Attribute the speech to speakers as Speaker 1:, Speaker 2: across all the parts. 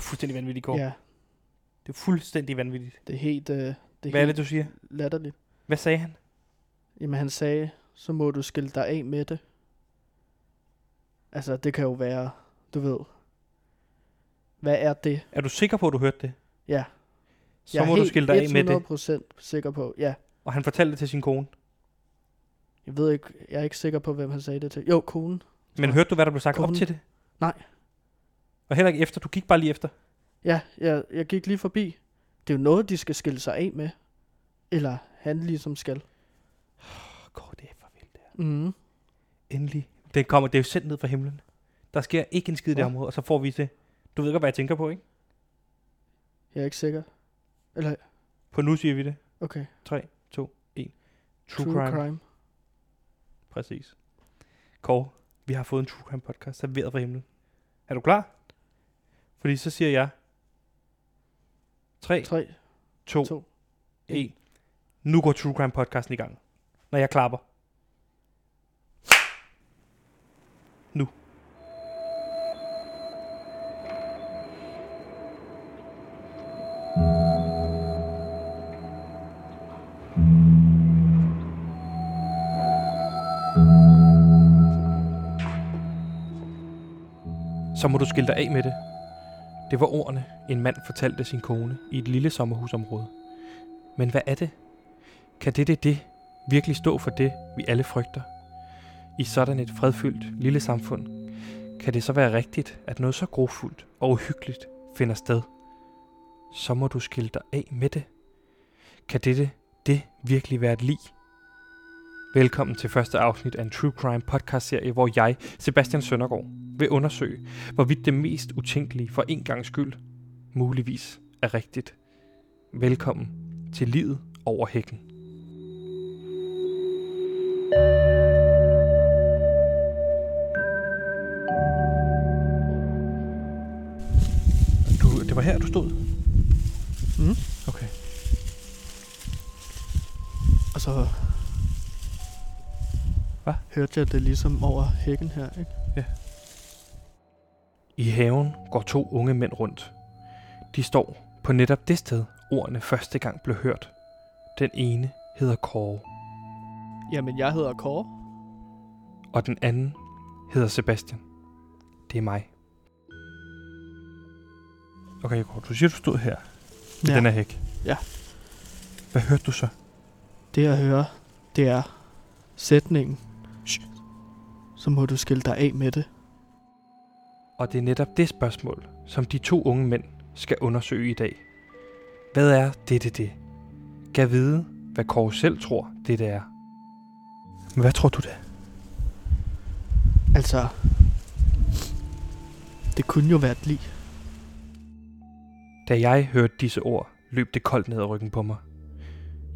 Speaker 1: fuldstændig vanvittige kår.
Speaker 2: Ja,
Speaker 1: Det er fuldstændig vanvittigt.
Speaker 2: det er helt, øh, det er
Speaker 1: Hvad er
Speaker 2: helt
Speaker 1: det, du siger?
Speaker 2: latterligt.
Speaker 1: Hvad sagde han?
Speaker 2: Jamen han sagde, så må du skille dig af med det. Altså det kan jo være, du ved, hvad er det?
Speaker 1: Er du sikker på, at du hørte det?
Speaker 2: Ja.
Speaker 1: Så må du skille dig af med det.
Speaker 2: 100% sikker på, ja.
Speaker 1: Og han fortalte det til sin kone.
Speaker 2: Jeg ved ikke, jeg er ikke sikker på, hvem han sagde det til. Jo, konen.
Speaker 1: Men hørte du, hvad der blev sagt op
Speaker 2: Konen.
Speaker 1: til det?
Speaker 2: Nej.
Speaker 1: Og heller ikke efter. Du gik bare lige efter.
Speaker 2: Ja, jeg, jeg gik lige forbi. Det er jo noget, de skal skille sig af med. Eller han ligesom skal.
Speaker 1: Åh, Kåre, det er for vildt. det her.
Speaker 2: Mm.
Speaker 1: Endelig. Det kommer, det er jo sendt ned fra himlen. Der sker ikke en skid i det
Speaker 2: Ja.
Speaker 1: område, og så får vi det. Du ved godt, hvad jeg tænker på, ikke?
Speaker 2: Jeg er ikke sikker. Eller,
Speaker 1: På nu siger vi det.
Speaker 2: okay.
Speaker 1: 3, 2, 1. True, true crime. crime. Præcis. Kåre, vi har fået en True Crime podcast serveret fra himlen. Er du klar? Fordi så siger jeg 3,
Speaker 2: 3,
Speaker 1: 2,
Speaker 2: 2.
Speaker 1: 1. Nu går True Crime podcasten i gang. Når jeg klapper. Nu. Så må du skille dig af med det. Det var ordene, en mand fortalte sin kone i et lille sommerhusområde. Men hvad er det? Kan det, det, det virkelig stå for det, vi alle frygter? I sådan et fredfyldt lille samfund, kan det så være rigtigt, at noget så grofuldt og uhyggeligt finder sted? Så må du skille dig af med det. Kan dette, det virkelig være et lig? Velkommen til første afsnit af en True Crime podcast serie, hvor jeg, Sebastian Søndergaard, vil undersøge, hvorvidt det mest utænkelige for en gang skyld muligvis er rigtigt. Velkommen til livet over hækken. Du, det var her, du stod?
Speaker 2: Mm.
Speaker 1: Okay.
Speaker 2: Og så...
Speaker 1: Hva?
Speaker 2: Hørte jeg det ligesom over hækken her, ikke?
Speaker 1: I haven går to unge mænd rundt. De står på netop det sted, ordene første gang blev hørt. Den ene hedder Kåre,
Speaker 2: Jamen, jeg hedder Kåre.
Speaker 1: og den anden hedder Sebastian. Det er mig. Okay, Kåre, du siger, du stod her. ja. den her hæk.
Speaker 2: Ja.
Speaker 1: Hvad hørte du så?
Speaker 2: Det jeg hører, det er sætningen. Shh. Så må du skille dig af med det.
Speaker 1: Og det er netop det spørgsmål, som de to unge mænd skal undersøge i dag. Hvad er dette det? Kan vide, hvad Kåre selv tror, det er. Men hvad tror du det? er?
Speaker 2: Altså, det kunne jo være et lig.
Speaker 1: Da jeg hørte disse ord, løb det koldt ned ad ryggen på mig.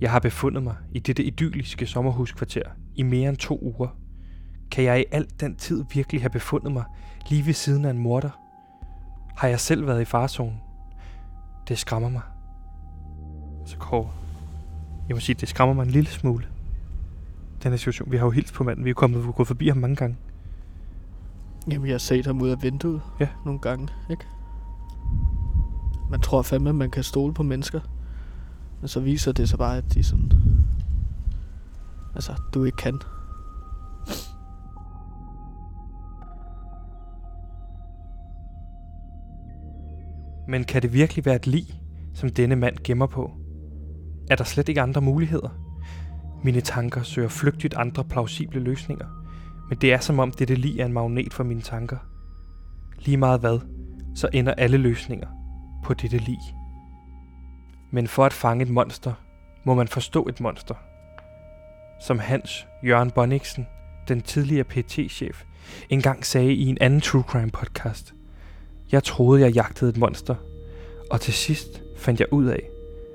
Speaker 1: Jeg har befundet mig i dette idylliske sommerhuskvarter i mere end to uger. Kan jeg i al den tid virkelig have befundet mig lige ved siden af en morder? Har jeg selv været i farzonen? Det skræmmer mig. Så Kåre, jeg må sige, det skræmmer mig en lille smule. Den her situation, vi har jo hilst på manden, vi er jo kommet vi er gået forbi ham mange gange.
Speaker 2: Jamen, jeg har set ham ud af vinduet
Speaker 1: Ja.
Speaker 2: nogle gange, ikke? Man tror fandme, at man kan stole på mennesker. Men så viser det sig bare, at de sådan... Altså, du ikke kan.
Speaker 1: Men kan det virkelig være et lig, som denne mand gemmer på? Er der slet ikke andre muligheder? Mine tanker søger flygtigt andre plausible løsninger, men det er som om dette lig er en magnet for mine tanker. Lige meget hvad, så ender alle løsninger på dette lig. Men for at fange et monster, må man forstå et monster. Som Hans Jørgen Bonniksen, den tidligere pt chef engang sagde i en anden True Crime podcast, jeg troede, jeg jagtede et monster, og til sidst fandt jeg ud af,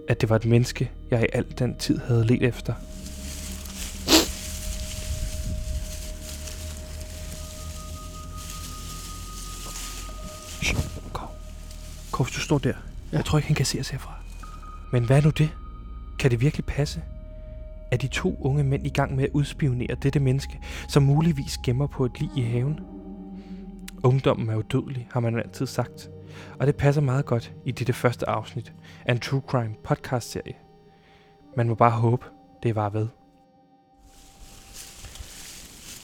Speaker 1: at det var et menneske, jeg i al den tid havde let efter. Shh, Kov. Kov, hvis du står der.
Speaker 2: Ja.
Speaker 1: Jeg tror ikke, han kan se os herfra. Men hvad er nu det? Kan det virkelig passe? Er de to unge mænd i gang med at udspionere dette menneske, som muligvis gemmer på et lig i haven? Ungdommen er udødelig, har man altid sagt. og det passer meget godt i dette første afsnit af en True Crime podcast-serie. Man må bare håbe, det var ved.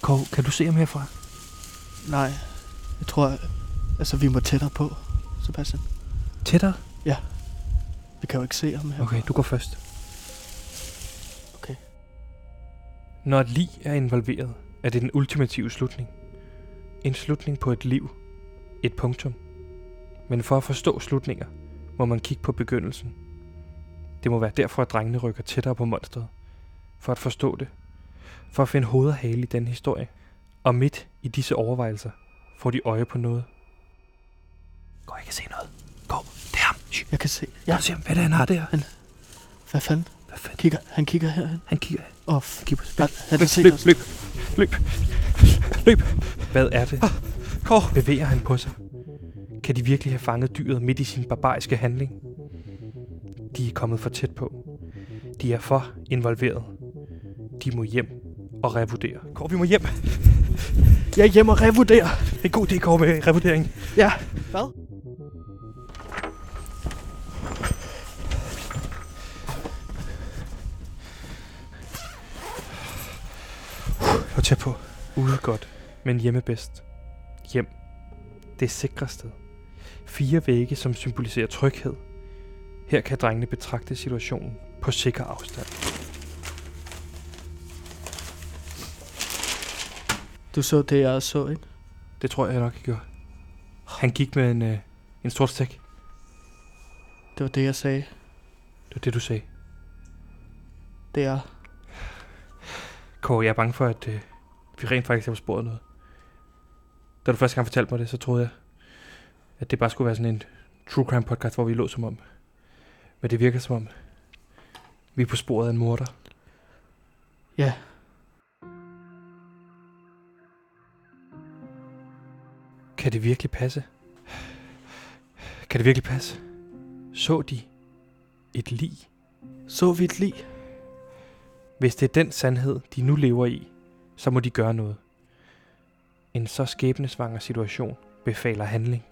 Speaker 1: Kov, kan du se ham herfra?
Speaker 2: Nej, jeg tror, altså vi må tættere på, Sebastian.
Speaker 1: Tættere?
Speaker 2: Vi kan jo ikke se ham her.
Speaker 1: Okay, du går først.
Speaker 2: Okay.
Speaker 1: Når et lig er involveret, er det den ultimative slutning. En slutning på et liv. Et punktum. Men for at forstå slutninger, må man kigge på begyndelsen. Det må være derfor, at drengene rykker tættere på monstret. For at forstå det. For at finde hoved og hale i den historie. Og midt i disse overvejelser, får de øje på noget. Gå, jeg kan se noget. Gå, det er ham. Shh.
Speaker 2: Jeg kan se.
Speaker 1: Ja.
Speaker 2: Ja,
Speaker 1: Prøv at se, hvad det er, han har der. Han,
Speaker 2: hvad fanden?
Speaker 1: hvad fanden?
Speaker 2: Kigger, han kigger herhen.
Speaker 1: Han kigger.
Speaker 2: Åh, oh, f-
Speaker 1: kigger på spil.
Speaker 2: han, han kan se
Speaker 1: løb,
Speaker 2: os.
Speaker 1: løb, løb, løb. Hvad er det?
Speaker 2: Kov.
Speaker 1: Bevæger han på sig? Kan de virkelig have fanget dyret midt i sin barbariske handling? De er kommet for tæt på. De er for involveret. De må hjem og revurdere. Kåre, vi må hjem. Det
Speaker 2: Jeg er hjemme og revurderer.
Speaker 1: er en god idé, Kåre, med revurdering.
Speaker 2: Ja. Hvad?
Speaker 1: Jeg var tæt på. Ude godt, men hjemme bedst. Hjem. Det sikre sted. Fire vægge, som symboliserer tryghed. Her kan drengene betragte situationen på sikker afstand.
Speaker 2: Du så det, jeg også så, ikke?
Speaker 1: Det tror jeg nok, jeg gjorde. Han gik med en, øh, en stor stik.
Speaker 2: Det var det, jeg sagde.
Speaker 1: Det var det, du sagde.
Speaker 2: Det er...
Speaker 1: Kåre, jeg er bange for, at øh, vi rent faktisk er på sporet af noget. Da du første gang fortalte mig det, så troede jeg, at det bare skulle være sådan en true crime podcast, hvor vi lå som om. Men det virker som om, vi er på sporet af en morder.
Speaker 2: Ja.
Speaker 1: Kan det virkelig passe? Kan det virkelig passe? Så de et lig?
Speaker 2: Så vi et lig.
Speaker 1: Hvis det er den sandhed, de nu lever i, så må de gøre noget. En så skæbnesvanger situation befaler handling.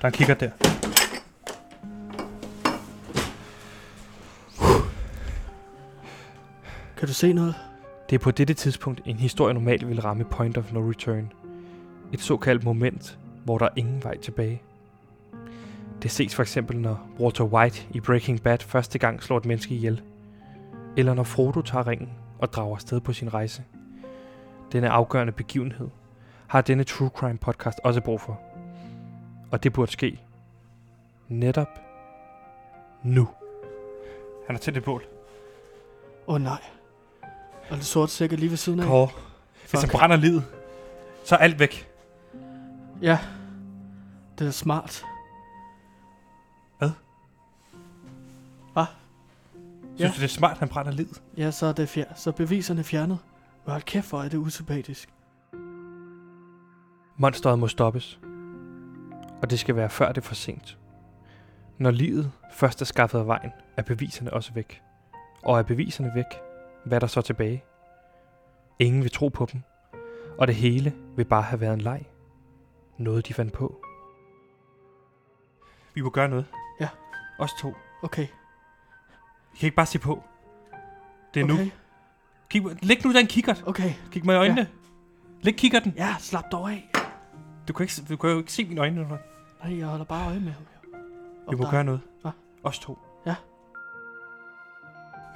Speaker 1: Der er en kigger der.
Speaker 2: Kan du se noget?
Speaker 1: Det er på dette tidspunkt, en historie normalt vil ramme point of no return. Et såkaldt moment, hvor der er ingen vej tilbage. Det ses for eksempel, når Walter White i Breaking Bad første gang slår et menneske ihjel. Eller når Frodo tager ringen og drager afsted på sin rejse. Denne afgørende begivenhed har denne True Crime podcast også brug for. Og det burde ske. Netop nu. Han er tæt i bål.
Speaker 2: Åh, oh, nej. Og det sorte sæk er lige ved siden af.
Speaker 1: Kåre, hvis han
Speaker 2: Fuck.
Speaker 1: brænder livet, så er alt væk.
Speaker 2: Ja. Det er smart.
Speaker 1: Hvad?
Speaker 2: Hvad?
Speaker 1: Synes
Speaker 2: Ja.
Speaker 1: ja. du, det er smart, han brænder lid?
Speaker 2: Ja, så er, det fjer- så er beviserne fjernet. Men hold kæft, hvor er det usympatisk.
Speaker 1: Monsteret må stoppes. Og det skal være før det er for sent. Når livet først er skaffet af vejen, er beviserne også væk. Og er beviserne væk, hvad er der så tilbage? Ingen vil tro på dem. Og det hele vil bare have været en leg. Noget de fandt på. Vi må gøre noget.
Speaker 2: Ja.
Speaker 1: Os to.
Speaker 2: Okay.
Speaker 1: Vi kan ikke bare se på. Det er okay. nu.
Speaker 2: okay.
Speaker 1: Kig, læg nu den kikkert.
Speaker 2: Okay.
Speaker 1: Kig mig i øjnene. Ja. Læg kikkerten.
Speaker 2: Ja, slap dog af.
Speaker 1: Du kan, ikke, se- du kan jo ikke se mine øjne. Eller?
Speaker 2: Nej, jeg holder bare øje med ham. jo.
Speaker 1: Vi
Speaker 2: Op
Speaker 1: må
Speaker 2: der.
Speaker 1: gøre noget.
Speaker 2: Hva?
Speaker 1: Os to.
Speaker 2: Ja.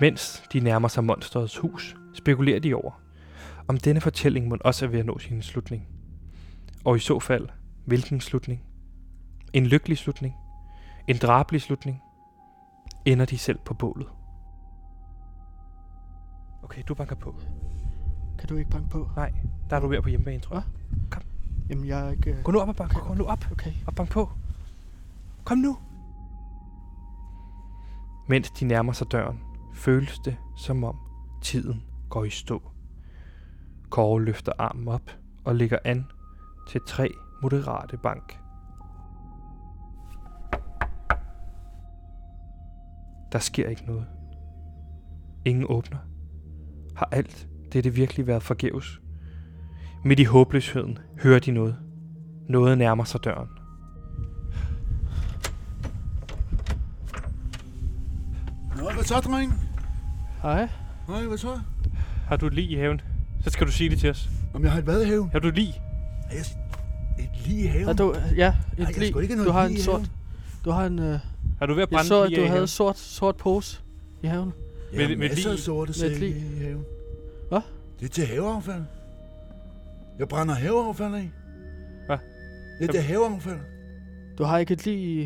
Speaker 1: Mens de nærmer sig monsterets hus, spekulerer de over, om denne fortælling må også er ved at nå sin slutning. Og i så fald, hvilken slutning? En lykkelig slutning? En drabelig slutning? Ender de selv på bålet? Okay, du banker på.
Speaker 2: Kan du ikke banke på?
Speaker 1: Nej, der er du mere på hjemmebane, tror jeg.
Speaker 2: Jamen, jeg er ikke... øh,
Speaker 1: Gå nu op og bank. Gå nu op.
Speaker 2: Okay.
Speaker 1: og bank på. Kom nu. Mens de nærmer sig døren, føles det, som om tiden går i stå. Kåre løfter armen op og lægger an til tre moderate bank. Der sker ikke noget. Ingen åbner. Har alt dette virkelig været forgæves? Midt i håbløsheden hører de noget. Noget nærmer sig døren.
Speaker 3: Nå, hvad så, dreng?
Speaker 2: Hej.
Speaker 3: Nej, hvad så?
Speaker 1: Har du et lig i haven? Så skal du sige det til os.
Speaker 3: Om jeg har et vadehæv?
Speaker 1: Har du et lig?
Speaker 3: Er jeg s- et lige i haven?
Speaker 2: Har du, ja,
Speaker 3: Ej, jeg
Speaker 2: et
Speaker 3: har
Speaker 2: lig.
Speaker 3: sgu ikke noget
Speaker 2: Du har
Speaker 3: lig
Speaker 2: en
Speaker 3: i
Speaker 2: sort.
Speaker 3: haven.
Speaker 2: Du har en... Øh,
Speaker 1: Er du ved at
Speaker 2: jeg
Speaker 1: brænde
Speaker 2: så, at
Speaker 1: lig
Speaker 2: du
Speaker 1: af i
Speaker 2: havde
Speaker 1: haven?
Speaker 2: sort, sort pose i haven.
Speaker 3: Jeg
Speaker 1: med-
Speaker 3: har
Speaker 1: med
Speaker 3: masser
Speaker 1: lig-
Speaker 3: af sorte
Speaker 2: med et
Speaker 3: sække
Speaker 2: lig.
Speaker 3: i haven.
Speaker 2: Hvad?
Speaker 3: Det er til haveaffald. Jeg brænder haveaffald af.
Speaker 1: Hvad?
Speaker 3: Ja, det er haveaffald.
Speaker 2: Du har ikke et lig i...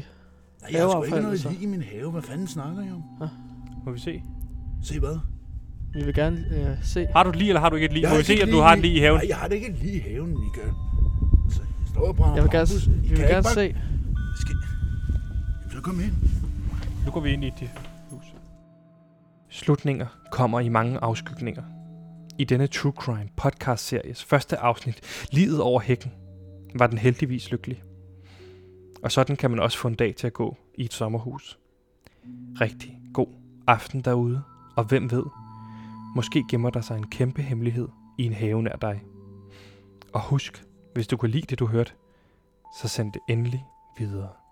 Speaker 3: Nej, jeg har sgu ikke
Speaker 2: Haveaffald,
Speaker 3: noget
Speaker 2: altså.
Speaker 3: lig i min have. Hvad fanden snakker jeg om?
Speaker 1: Må vi se.
Speaker 3: Se hvad?
Speaker 2: Vi vil gerne øh, se.
Speaker 1: Har du et lig, eller har du ikke et lig?
Speaker 3: Jeg
Speaker 1: Må
Speaker 3: har
Speaker 1: vi se,
Speaker 3: ikke
Speaker 1: om
Speaker 3: et
Speaker 1: du
Speaker 3: lig
Speaker 1: har et lig i haven?
Speaker 3: Nej, jeg har det ikke lige i haven, Michael. Altså, jeg står og brænder
Speaker 2: Jeg vil gerne,
Speaker 3: bambus. I
Speaker 2: vi
Speaker 3: kan
Speaker 2: vil
Speaker 3: ikke
Speaker 2: gerne
Speaker 3: bare-
Speaker 2: se.
Speaker 3: Skal... Jamen, så kom ind.
Speaker 1: Nu går vi ind i det hus. Slutninger kommer i mange afskygninger. I denne True Crime podcast series første afsnit, Livet over hækken, var den heldigvis lykkelig. Og sådan kan man også få en dag til at gå i et sommerhus. Rigtig god aften derude, og hvem ved, måske gemmer der sig en kæmpe hemmelighed i en have nær dig. Og husk, hvis du kunne lide det du hørte, så send det endelig videre.